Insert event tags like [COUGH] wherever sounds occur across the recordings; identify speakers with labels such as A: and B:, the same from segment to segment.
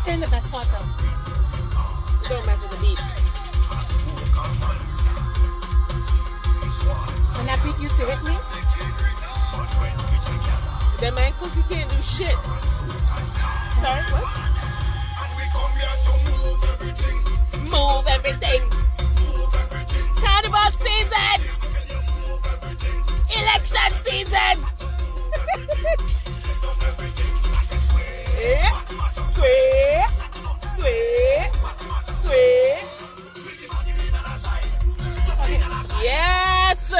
A: Stay in the best spot though. It don't matter the beat. When that beat used to hit me, them ankles you can't do shit. Sorry, what? Move everything. Carnival season. Election season. Yeah. Sweet. Sweet. Sweet. Okay. Yes.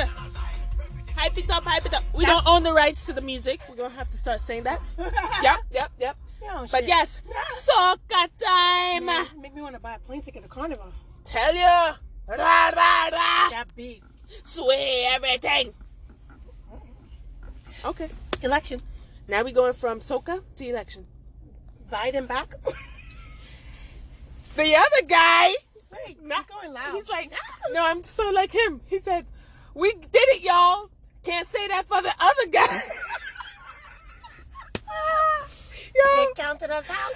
A: Hype it up, hype it up. We don't own the rights to the music. We're gonna have to start saying that. Yep, yep, yep.
B: Yeah,
A: But
B: shit.
A: yes, soca time.
B: Man, make me want to buy a plane ticket to Carnival.
A: Tell ya. Rah, rah, rah.
B: That beat.
A: Sway everything. Okay.
B: Election.
A: Now we going from soca to election.
B: Biden back.
A: [LAUGHS] The other guy,
B: Wait,
A: Not-
B: not going loud.
A: he's like, no, I'm so like him. He said, we did it, y'all. Can't say that for the other guy. [LAUGHS]
B: they
A: Yo,
B: counted us out.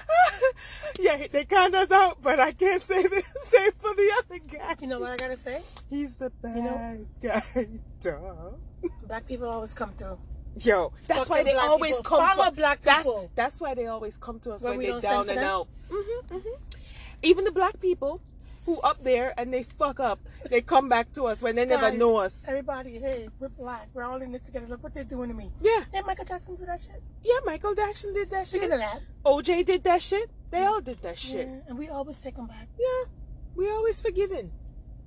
A: [LAUGHS] yeah, they count us out, but I can't say [LAUGHS] the same for the other guy.
B: You know what I gotta say?
A: He's the bad
B: know-
A: guy, [LAUGHS] dog.
B: Black people always come through.
A: Yo, that's
B: Fucking
A: why they
B: black
A: always
B: people.
A: come.
B: Follow
A: for-
B: black
A: that's,
B: people.
A: That's why they always come to us
B: When
A: when,
B: we
A: they're
B: don't send
A: down
B: for
A: and
B: them? Mm-hmm,
A: out. hmm Even the black people who up there and they fuck up, they come back to us when they never
B: Guys,
A: know us.
B: Everybody, hey, we're black. We're all in this together. Look what they're doing to me.
A: Yeah,
B: Did Michael Jackson do that shit?
A: yeah. Michael Jackson did that
B: Speaking
A: shit.
B: of that,
A: OJ did that shit. They all did that shit.
B: yeah, and we always take them back.
A: Yeah, we always forgiven.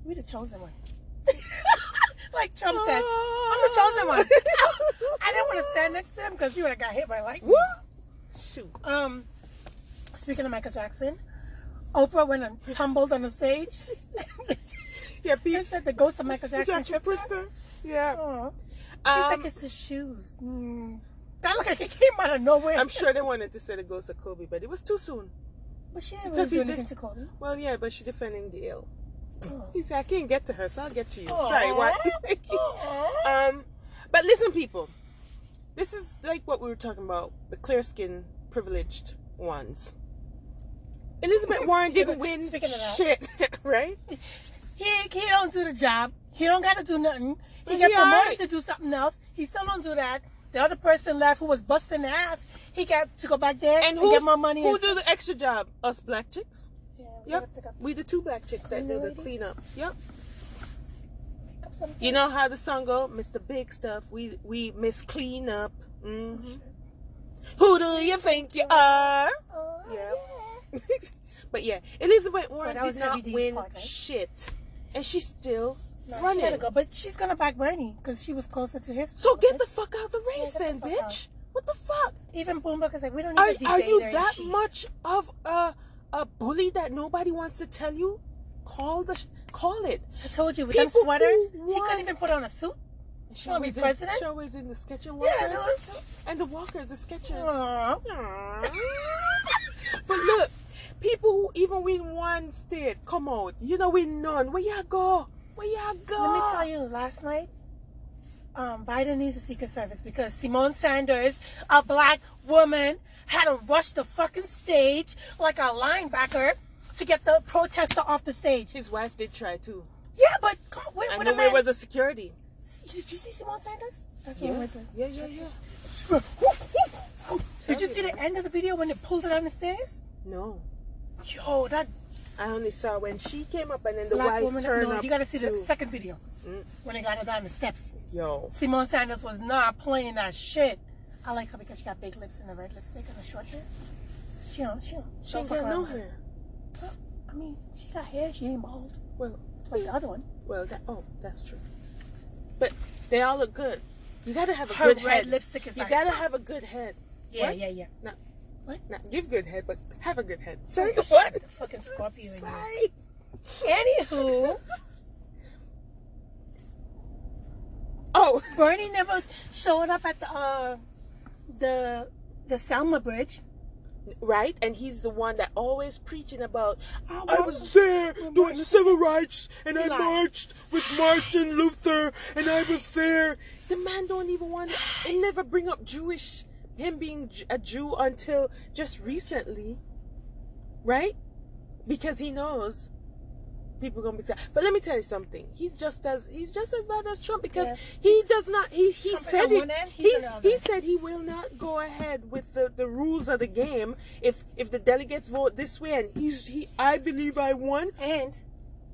B: We the
A: [LAUGHS]
B: chosen one. like Trump said,
A: Ah.
B: I'm the
A: [LAUGHS]
B: chosen one. I didn't want to stand next to him because he would have got hit by lightning.
A: What? Shoot.
B: Um, speaking of Michael Jackson, Oprah went and tumbled on the stage. [LAUGHS]
A: Yeah,
B: They
A: people.
B: said the ghost of Michael Jackson,
A: Jackson
B: tripped her.
A: Pritchard. Yeah.
B: Aw. She's
A: Um,
B: like, it's the shoes. Mm. That looked like it came out of nowhere.
A: I'm sure they wanted to say the ghost of Kobe, but it was too soon.
B: But she didn't really
A: Because he
B: do
A: did-
B: Oh, anything to Cody.
A: Well, yeah, but she's defending the ill.
B: Oh.
A: He said, I can't get to her, so I'll get to you.
B: Aw.
A: Sorry, what? [LAUGHS]
B: Aw.
A: um, but listen, people. This is like what we were talking about the clear skinned, privileged ones. Elizabeth Warren
B: Speaking
A: didn't
B: of-
A: win
B: speaking of that.
A: shit, [LAUGHS] right?
B: He he don't do the job. He don't gotta do nothing. He
A: But
B: get
A: he
B: promoted
A: alright.
B: to do something else. He still don't do that. The other person left who was busting ass. He got to go back there [LAUGHS] and,
A: And who
B: get more money.
A: Who
B: and
A: do the extra job? Us black chicks.
B: Yeah, we gotta
A: Yep,
B: pick up,
A: we the two black chicks that do the
B: Cleanup.
A: cleanup. Yep.
B: pick up something.
A: You know how the song go, Mr. Big Stuff. We we miss clean up. hmm Who do you think you are? [LAUGHS]
B: Oh,
A: Yeah. but yeah, Elizabeth Warren
B: that
A: did
B: was
A: not
B: Heavy D's
A: win
B: part, right?
A: shit, and she's still
B: No, she
A: running.
B: gotta go, but she's gonna back Bernie because she was closer to his.
A: So get the
B: politics.
A: fuck out of the race,
B: get
A: then,
B: the fuck
A: bitch. What the fuck?
B: even Bloomberg is like, we don't need
A: Are
B: a debate.
A: are you
B: there,
A: that
B: she-
A: much of a a bully that nobody wants to tell you? Call the sh- call it.
B: I told you with
A: People
B: them sweaters,
A: who
B: she couldn't
A: want-
B: even put on a suit.
A: She
B: wanna be
A: always in-
B: president?
A: She always in the sketch and walkers
B: Yeah, no,
A: and the walkers, the sketchers.
B: Aw.
A: But look, people who even win one state, come out. You know, win none. Where y'all go? Where y'all go?
B: Let me tell you, last night, um, Biden needs a Secret Service because Simone Sanders, a black woman, had to rush the fucking stage like a linebacker to get the protester off the stage.
A: His wife did try too.
B: Yeah, but come
A: I
B: on, when, when
A: know
B: a
A: where
B: man...
A: was a security.
B: Did you see Simone Sanders? That's what
A: Yeah,
B: I'm doing.
A: yeah, yeah. yeah.
B: Whoop, whoop, whoop. Did you see the end of the video when they pulled her down the stairs?
A: No,
B: Yo, that
A: I only saw when she came up and then the
B: black
A: wife
B: woman.
A: turned
B: No,
A: up.
B: you gotta see the
A: too.
B: second video when they got her down the steps.
A: Yo,
B: Simone Sanders was not playing that shit. I like her because she got big lips and a red lipstick and a short hair. She don't, she don't.
A: she
B: don't
A: ain't
B: fuck
A: got
B: around
A: no
B: with her.
A: hair.
B: I mean, she got hair. She ain't bald
A: Well,
B: like the other one.
A: well, that oh, that's true. But they all look good. You gotta have a
B: Her
A: good
B: red
A: head.
B: lipstick is
A: you
B: like-
A: gotta have a good head.
B: Yeah,
A: What?
B: yeah, yeah.
A: Not,
B: What?
A: not give good head, but have a good head. Sorry,
B: Oh,
A: [LAUGHS]
B: shit,
A: what?
B: the fucking Scorpio in you.
A: Sorry.
B: [LAUGHS] Anywho,
A: Oh,
B: Bernie never showed up at the uh, the the Selma Bridge.
A: right? And he's the one that always preaching about I,
B: want-
A: was there doing civil rights and I
B: Lies.
A: marched with Martin Luther and I was there. The man don't even want to never bring up Jewish him being J- a Jew until just recently. right? Because he knows people gonna be sad. But let me tell you something. He's just as he's just as bad as Trump because
B: Yes.
A: he does not. He he
B: Trump is
A: said
B: on
A: it.
B: one end, he's
A: he's-
B: on the other.
A: he said he will not go ahead with the, the rules of the game if if the delegates vote this way. And he's he. I believe I won.
B: And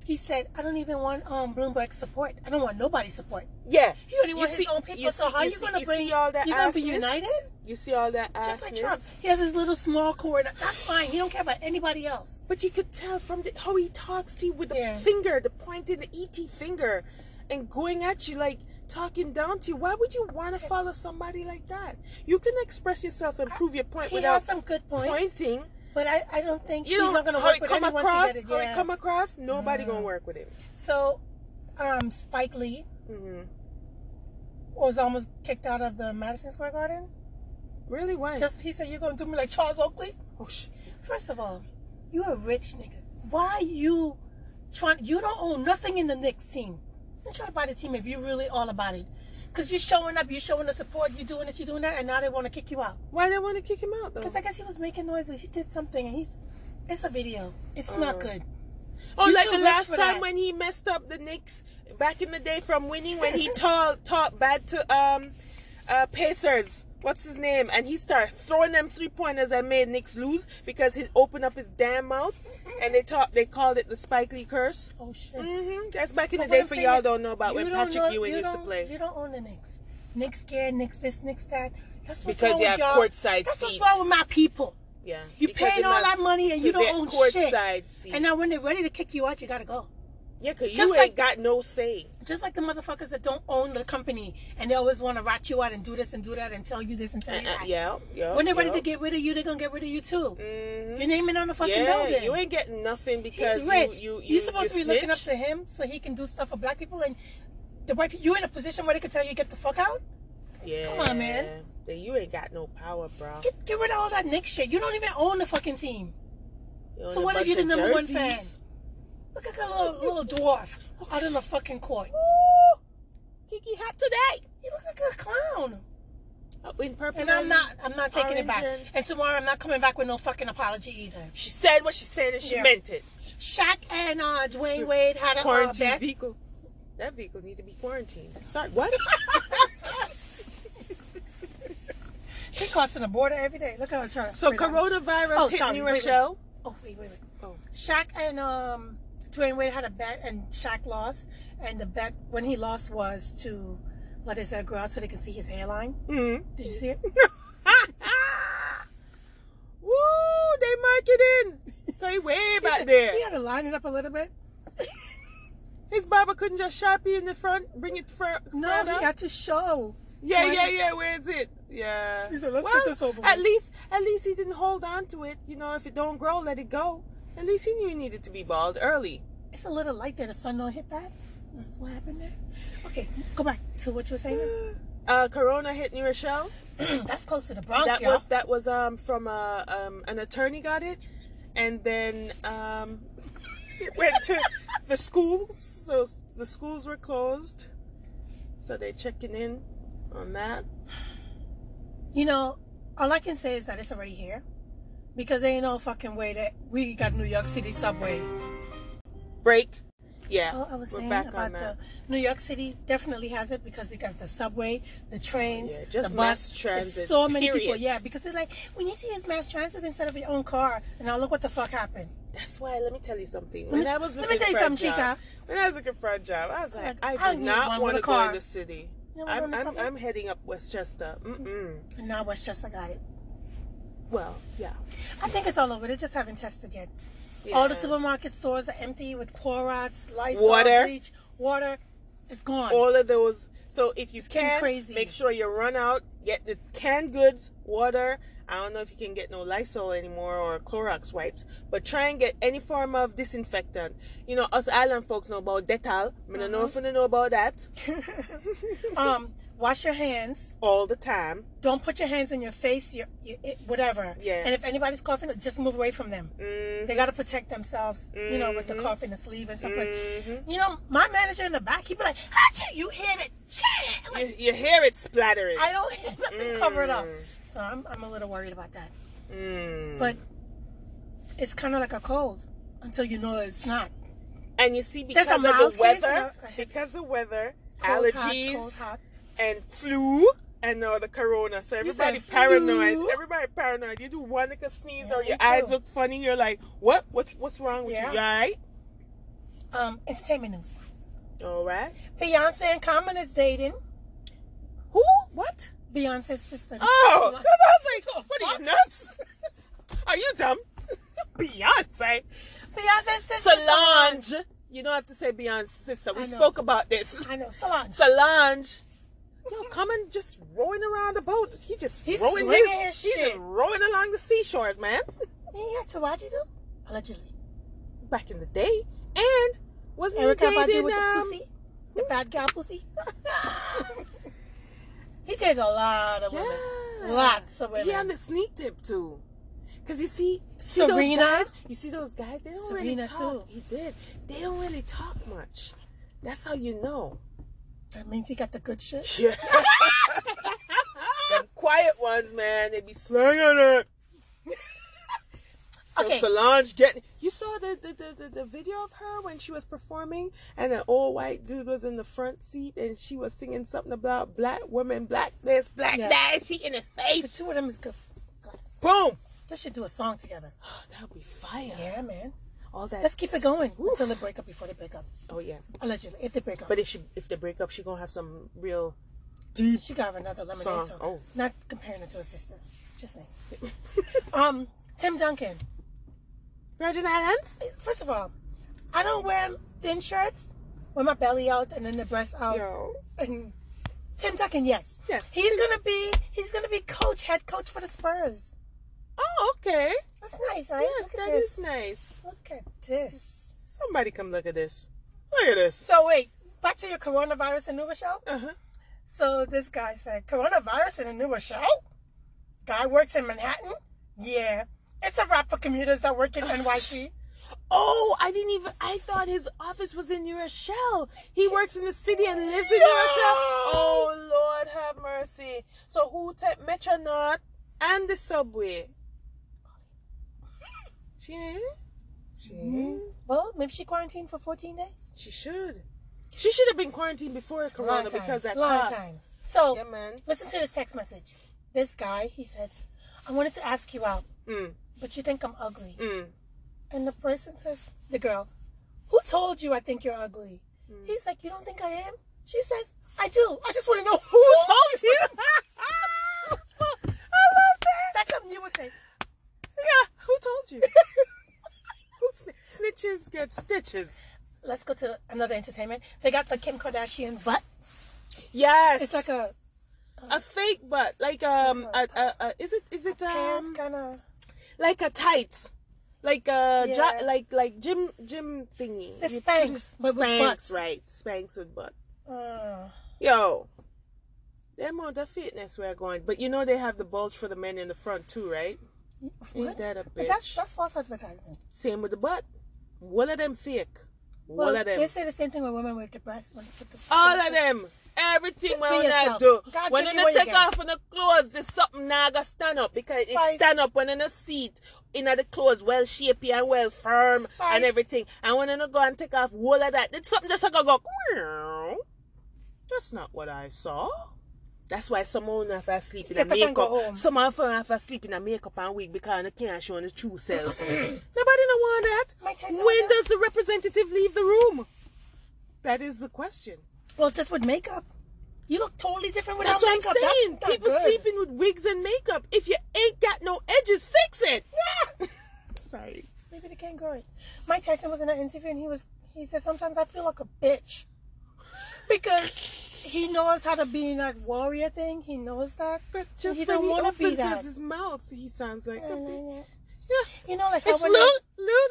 B: he said, I don't even want um, Bloomberg support. I don't want nobody's support.
A: Yeah.
B: He only wants his own people. so how you,
A: see-
B: gonna
A: you
B: bring?
A: see all that
B: you gonna be
A: assness?
B: united?
A: You see all that assness.
B: Just like Trump. He has his little small corner. That's fine. He don't care about anybody else.
A: But you could tell from the, how he talks to you with the
B: Yeah.
A: finger, the pointing, the ET finger, and going at you like talking down to you. Why would you want to follow somebody like that? You can express yourself and prove your point
B: He
A: without
B: has some good points,
A: pointing.
B: but I, I don't think
A: You
B: he's
A: know
B: not gonna
A: how
B: work
A: it
B: with
A: come
B: anyone
A: across.
B: together.
A: How
B: yeah. Mm-hmm.
A: it come across. Nobody gonna work with him.
B: So, um, Spike Lee Mm-hmm. was almost kicked out of the Madison Square Garden.
A: Really? Why?
B: Just he said, "You're gonna do me like Charles Oakley."
A: oh, shit.
B: First of all, you a rich nigga. Why you trying? You don't own nothing in the Knicks team. Don't try to buy the team if you really all about it. Cause you're showing up, you're showing the support, you're doing this, you're doing that, and now they want to kick you out.
A: Why they want to kick him out though?
B: Cause I guess he was making noise, he did something, and he's. It's a video. It's not good.
A: Oh,
B: You
A: like
B: too
A: the
B: rich
A: last
B: for
A: time
B: that.
A: when he messed up the Knicks back in the day from winning when
B: [LAUGHS]
A: he taught taught bad to um uh Pacers. What's his name? And he started throwing them three pointers and made Knicks lose because he opened up his damn mouth and they taught they called it the Spike Lee curse.
B: Oh shit.
A: hmm That's back in
B: But
A: the
B: what
A: day
B: I'm
A: for
B: saying
A: y'all
B: is,
A: don't know about when
B: you don't
A: Patrick
B: know-
A: Ewing
B: you
A: used to
B: don't-
A: play.
B: You don't own the Knicks. Knicks scared, Knicks this, Knicks that. That's what's
A: Because
B: wrong
A: you
B: with
A: have
B: y'all.
A: courtside
B: That's
A: seats.
B: what's wrong with my people.
A: yeah.
B: You
A: because
B: paid
A: they
B: all
A: must-
B: that money and
A: to
B: you don't
A: get
B: own shit.
A: courtside seat.
B: And now when they're ready to kick you out, you gotta go.
A: yeah, cause you
B: just
A: ain't
B: like-
A: got no say.
B: Just like the motherfuckers that don't own the company and they always want to rat you out and do this and do that and tell you this and tell you
A: Uh,
B: that.
A: yeah, yeah.
B: When they're ready to
A: yeah.
B: get rid of you, they're gonna get rid of you too.
A: Mhm.
B: Your name it on the fucking
A: yeah,
B: building.
A: you ain't getting nothing because
B: He's rich.
A: you you you
B: are supposed
A: you
B: to be looking up
A: snitch.
B: to him so he can do stuff for black people and the white people. You in a position where they could tell you get the fuck out.
A: Yeah.
B: Come on, man.
A: Then you ain't got no power, bro.
B: Get, get rid of all that Nick shit. You don't even own the fucking team.
A: You own
B: So
A: a
B: what if
A: bunch
B: you're the
A: of
B: number one fan?
A: jerseys.
B: Look like a little little dwarf out in the fucking court.
A: Ooh, Kiki hot today.
B: You look like a clown.
A: Up in purple.
B: And I'm not. I'm not taking it back.
A: Orange and-
B: And tomorrow I'm not coming back with no fucking apology either.
A: She said what she said and she
B: Yeah.
A: meant it.
B: Shaq and uh, Dwayne Wade had a uh,
A: Quarantine
B: [LAUGHS] bet.
A: vehicle. That vehicle need to be quarantined. Sorry, what?
B: She crossing the border every day. Look at her trying to.
A: so
B: spread out.
A: coronavirus
B: Oh,
A: hitting
B: sorry,
A: you,
B: wait, wait.
A: Rochelle.
B: Oh wait, wait, wait.
A: Oh.
B: Shaq and um, Dwayne Wade had a bet, and Shaq lost. And the bet when he lost was to let his hair grow out so they can see his hairline.
A: Mm-hmm.
B: Did you see it?
A: [LAUGHS] Woo! They marketing. They way back
B: He
A: there.
B: had to line it up a little bit.
A: His barber couldn't just sharpie in the front, bring it fur-
B: No,
A: further.
B: he had to show.
A: Yeah,
B: Why
A: yeah,
B: not?
A: yeah. Where is it? Yeah.
B: He said, "Let's get this over
A: At
B: with."
A: least, at least he didn't hold on to it. You know, if it don't grow, let it go. At least he knew he needed to be bald early.
B: It's a little light there. The sun don't hit that. That's what happened there. Okay, go back to what you were saying.
A: [GASPS] Uh, corona hit New Rochelle.
B: That's close to the Bronx,
A: That
B: y'all.
A: was that was um from a um an attorney got it, and then um it went
B: [LAUGHS]
A: to the schools. So the schools were closed. So they checking in on that.
B: You know, all I can say is that it's already here. Because there ain't no fucking way that we got New York City subway.
A: Break. Yeah.
B: Oh, I was
A: we're
B: saying
A: back
B: about
A: on that.
B: the New York City definitely has it because you got the subway, the trains,
A: Yeah, just
B: the
A: mass
B: bus,
A: transit,
B: There's so many people.
A: period.
B: Yeah, because they're like, we need to use mass transit instead of your own car. And now look what the fuck happened.
A: That's why. Let me tell you something.
B: me
A: When
B: t-
A: I was
B: let
A: looking
B: me tell you
A: for a
B: something,
A: job,
B: Chica.
A: When I was looking for a job, I was like, I
B: I
A: do
B: need
A: not
B: one with
A: want
B: a
A: to go in
B: car.
A: the city.
B: You wanna go in
A: I'm,
B: the
A: I'm,
B: subway?
A: I'm heading up Westchester. Mm-mm.
B: And now Westchester got it.
A: Well, yeah.
B: I think it's all over. They just haven't tested yet. All the
A: Yeah.
B: supermarket stores are empty with Clorox, Lysol,
A: Water.
B: bleach, water. It's
A: [LAUGHS]
B: gone.
A: All of those. So if you
B: getting
A: can,
B: crazy.
A: make sure you run out. Get the canned goods, water. I don't know if you can get no Lysol anymore or Clorox wipes, but try and get any form of disinfectant. You know, us island folks know about Dettol. I mean, I
B: Uh-huh.
A: know if you know about that
B: [LAUGHS] um, wash your hands.
A: all the time.
B: Don't put your hands in your face, your, your it, whatever.
A: Yeah.
B: And if anybody's coughing, just move away from them.
A: Mm.
B: They got to protect themselves, you know, with
A: Mm-hmm.
B: the cough in the sleeve and stuff. Like, you know, my manager in the back, he be like, "Achoo, you hear that? Chah!" I'm like,
A: You, you hear it splattering.
B: I don't hear
A: Mm.
B: nothing covered up. So I'm, I'm a little worried about that.
A: Mm.
B: But it's kind of like a cold until you know it's not.
A: And you see,
B: There's
A: because
B: a
A: of the
B: mild case,
A: weather,
B: no, I have-
A: because of weather,
B: Cold, hot,
A: allergies,
B: cold, hot.
A: and flu and now the corona. So
B: said
A: everybody paranoid.
B: flu?
A: Everybody paranoid. You do one little sneeze
B: Yeah,
A: or
B: me
A: your eyes
B: too.
A: look funny. You're like, what? What? What's wrong with
B: Yeah.
A: you? You alright?
B: Um, entertainment news.
A: Alright.
B: Beyonce and Common is dating.
A: Who? What?
B: Beyonce's sister.
A: Oh, 'cause I was like, what are
B: fuck?
A: you nuts? Are you dumb? [LAUGHS] Beyonce,
B: Beyonce's sister.
A: Solange. You don't have to say Beyonce's sister. We
B: I know.
A: spoke about this.
B: I know Solange.
A: Solange. Yo, coming just rowing around the boat. He just
B: He's
A: rowing
B: slinging
A: his,
B: his
A: He just
B: shit.
A: rowing along the seashores, man. [LAUGHS]
B: yeah, Taraji do allegedly.
A: back in the day. And wasn't
B: Erica
A: he dating
B: Badu with the
A: um,
B: pussy, the bad guy pussy. [LAUGHS] he dated a lot of women,
A: Yeah.
B: lots of women.
A: He on the sneak tip too. Cause you see, see
B: Serena?
A: those guys, you see those guys. They don't
B: Serena,
A: really talk.
B: too.
A: He did. They don't really talk much. That's how you know.
B: that means he got the good shit.
A: Yeah. Them quiet ones, man. They be slanging it. [LAUGHS] So
B: Okay.
A: Solange getting. You saw the the, the, the the video of her when she was performing, and an old white dude was in the front seat, and she was singing something about black women, black this, black
B: Yeah.
A: that. and She in his
B: The
A: face.
B: two of them is good.
A: Boom.
B: They should do a song together.
A: Oh, that would be fire.
B: Yeah, man.
A: All that.
B: Let's keep it going
A: Oof.
B: until they break up. Before they break up,
A: Oh yeah.
B: allegedly, if they break up,
A: But if she if they break up, she gonna have some real deep.
B: she got another lemonade
A: Song.
B: song.
A: Oh.
B: Not comparing it to her sister. Just saying. um, Tim Duncan.
A: [LAUGHS] Virgin Islands.
B: First of all, I don't wear thin shirts with my belly out and then the breast out.
A: Yo.
B: And Tim Duncan, yes.
A: Yes.
B: He's gonna be he's gonna be coach, head coach for the Spurs.
A: Oh okay.
B: That's nice, right?
A: Yes,
B: Look at
A: that
B: this.
A: is nice.
B: Look at this.
A: Somebody come look at this. Look at this.
B: So wait, back to your coronavirus and Uber show.
A: Uh huh.
B: So this guy said, Coronavirus and a newer show? Guy works in Manhattan? Yeah. It's a wrap for commuters that work in NYC.
A: Oh, I didn't even. I thought his office was in New Rochelle. He works in the city and lives in New
B: No!
A: Rochelle. Oh Lord, have mercy. So who took Metronaut and the [LAUGHS] subway? She. Hmm? ain't? She. ain't?
B: [LAUGHS] Well, maybe she quarantined for 14 days.
A: She should. She should have been quarantined before
B: Long
A: Corona
B: time.
A: because that
B: Long
A: cough.
B: time. So
A: Yeah, man.
B: listen to this text message. This guy, he said, I wanted to ask you out,
A: Mm,
B: but you think I'm ugly.
A: mm.
B: And the person says, the girl, who told you I think you're ugly?
A: Mm.
B: He's like, you don't think I am? She says, I do. I just want to know who told you. I
A: [LAUGHS]
B: love that. That's something you would say.
A: Yeah. Who told [LAUGHS] you? Who sn- snitches get stitches?
B: Let's go to another entertainment. They got the Kim Kardashian butt.
A: Yes.
B: It's like a
A: a fake butt, like um, a,
B: like
A: a, a is it is it
B: pants
A: um
B: kind of.
A: like a tights, like a jo-
B: Yeah.
A: like like gym gym thingy.
B: The
A: You-
B: Spanx, but with
A: Spanx,
B: butts.
A: right? Spanx with butt.
B: Uh,
A: Yo, them on the fitness we're going, but you know they have the bulge for the men in the front too, right?
B: what?
A: that a
B: But that's
A: bitch?
B: that's false advertising.
A: Same with the butt. One of them fake.
B: Well,
A: One of them.
B: they say the same thing with women with the breasts when they put the
A: All of them. Everything
B: Just
A: when
B: be
A: we not
B: yourself.
A: do.
B: God
A: when
B: give
A: you not
B: you what you
A: take
B: get.
A: off on the clothes, there's something not gonna stand up because
B: Spice.
A: it stand up when in a seat, in the clothes, well shapy and well firm
B: Spice.
A: and everything. And when you not go and take off all of that, it's something just gonna go. "Meow." That's not what I saw. That's why some women have to sleep in a
B: Get up and go
A: makeup.
B: home.
A: Some of them have to sleep in a makeup and wig because they can't show the true self. Nobody don't want that.
B: Mike Tyson
A: When
B: was
A: does the representative leave the room? That is the question.
B: Well, just with makeup, you look totally different without
A: That's what I'm
B: makeup.
A: saying.
B: That's not
A: People
B: good.
A: sleeping with wigs and makeup. If you ain't got no edges, fix it.
B: [LAUGHS]
A: Sorry.
B: Maybe they can't grow it. Mike Tyson was in an interview and he was he said sometimes I feel like a bitch because he knows how to be in that warrior thing. He knows that,
A: But just
B: he
A: when
B: don't
A: he
B: want to be
A: opens
B: that.
A: his mouth, he sounds like a big-
B: [LAUGHS] You
A: yeah.
B: know, like how
A: It's
B: when they-
A: lu-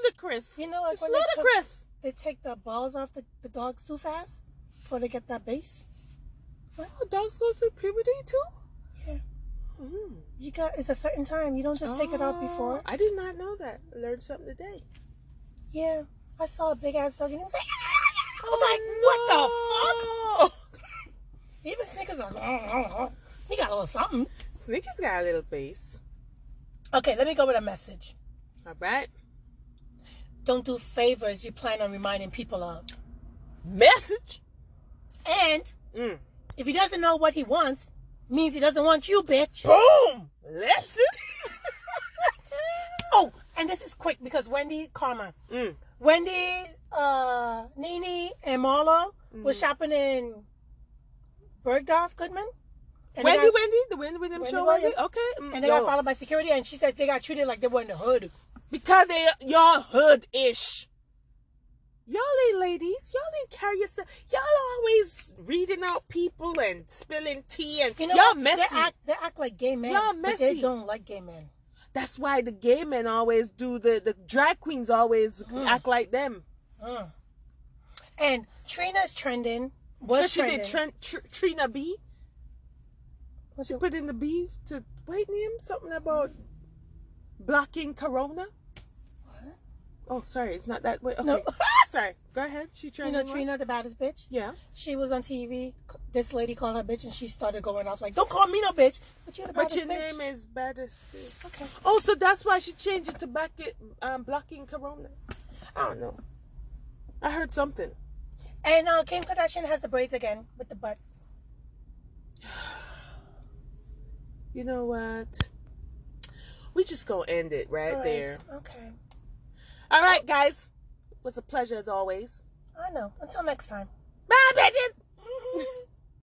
A: ludicrous.
B: you know, like
A: It's
B: when they took-
A: ludicrous.
B: they take the balls off the, the dogs too fast before they get that base.
A: Oh, dogs go through puberty too.
B: Yeah,
A: Mm.
B: you got it's a certain time. You don't just take it out before.
A: Oh, I did not know that. I learned something today.
B: Yeah, I saw a big ass dog and he was like, "Ah!" I was
A: Oh,
B: like, what the fuck? Even Snickers was like, he got a little something.
A: Sneaker's got a little face.
B: Okay, let me go with a message.
A: All right.
B: Don't do favors you plan on reminding people of.
A: Message.
B: And
A: Mm.
B: if he doesn't know what he wants, means he doesn't want you, bitch.
A: Boom. Lesson. [LAUGHS]
B: Oh, and this is quick because Wendy Karma.
A: Mm.
B: Wendy, uh, Nene, and Marlo
A: Mm-hmm.
B: were shopping in Bergdorf Goodman. And they
A: Wendy,
B: got-
A: Wendy, the Wendy Williams
B: Wendy
A: show. Wendy.
B: Williams.
A: Okay. Mm,
B: and they
A: yo.
B: got followed by security, and she says they got treated like they were in the hood.
A: because they y'all hood ish. Y'all ain't ladies. Y'all ain't carry yourself. Y'all always reading out people and spilling tea and
B: You know,
A: y'all
B: what?
A: messy.
B: They act, they act like gay men.
A: Y'all
B: But they
A: messy.
B: don't like gay men.
A: That's why the gay men always do the the drag queens always
B: Mm.
A: act like them.
B: And Trina's trending. Was
A: Especially
B: trending.
A: did Trin- Tr- Trina B.
B: What's
A: She
B: it-
A: put in the B to wait name something about blocking corona. Oh, sorry, it's not that way. Okay,
B: No. [LAUGHS]
A: sorry. Go ahead. She
B: you
A: trying
B: know Trina, the baddest bitch.
A: Yeah.
B: She was on TV. c- This lady called her bitch, and she started going off like, "Don't call me no bitch." But you're the
A: But
B: baddest
A: your
B: bitch.
A: name is baddest. Bitch.
B: okay.
A: Oh, so that's why she changed it to back it, um, blocking Corona. I don't know. I heard something.
B: And uh, Kim Kardashian has the braids again with the butt.
A: You know what? We just gonna end it right,
B: All
A: there.
B: Okay.
A: All right, guys. It was a pleasure as always.
B: I know. Until next time.
A: Bye, bitches.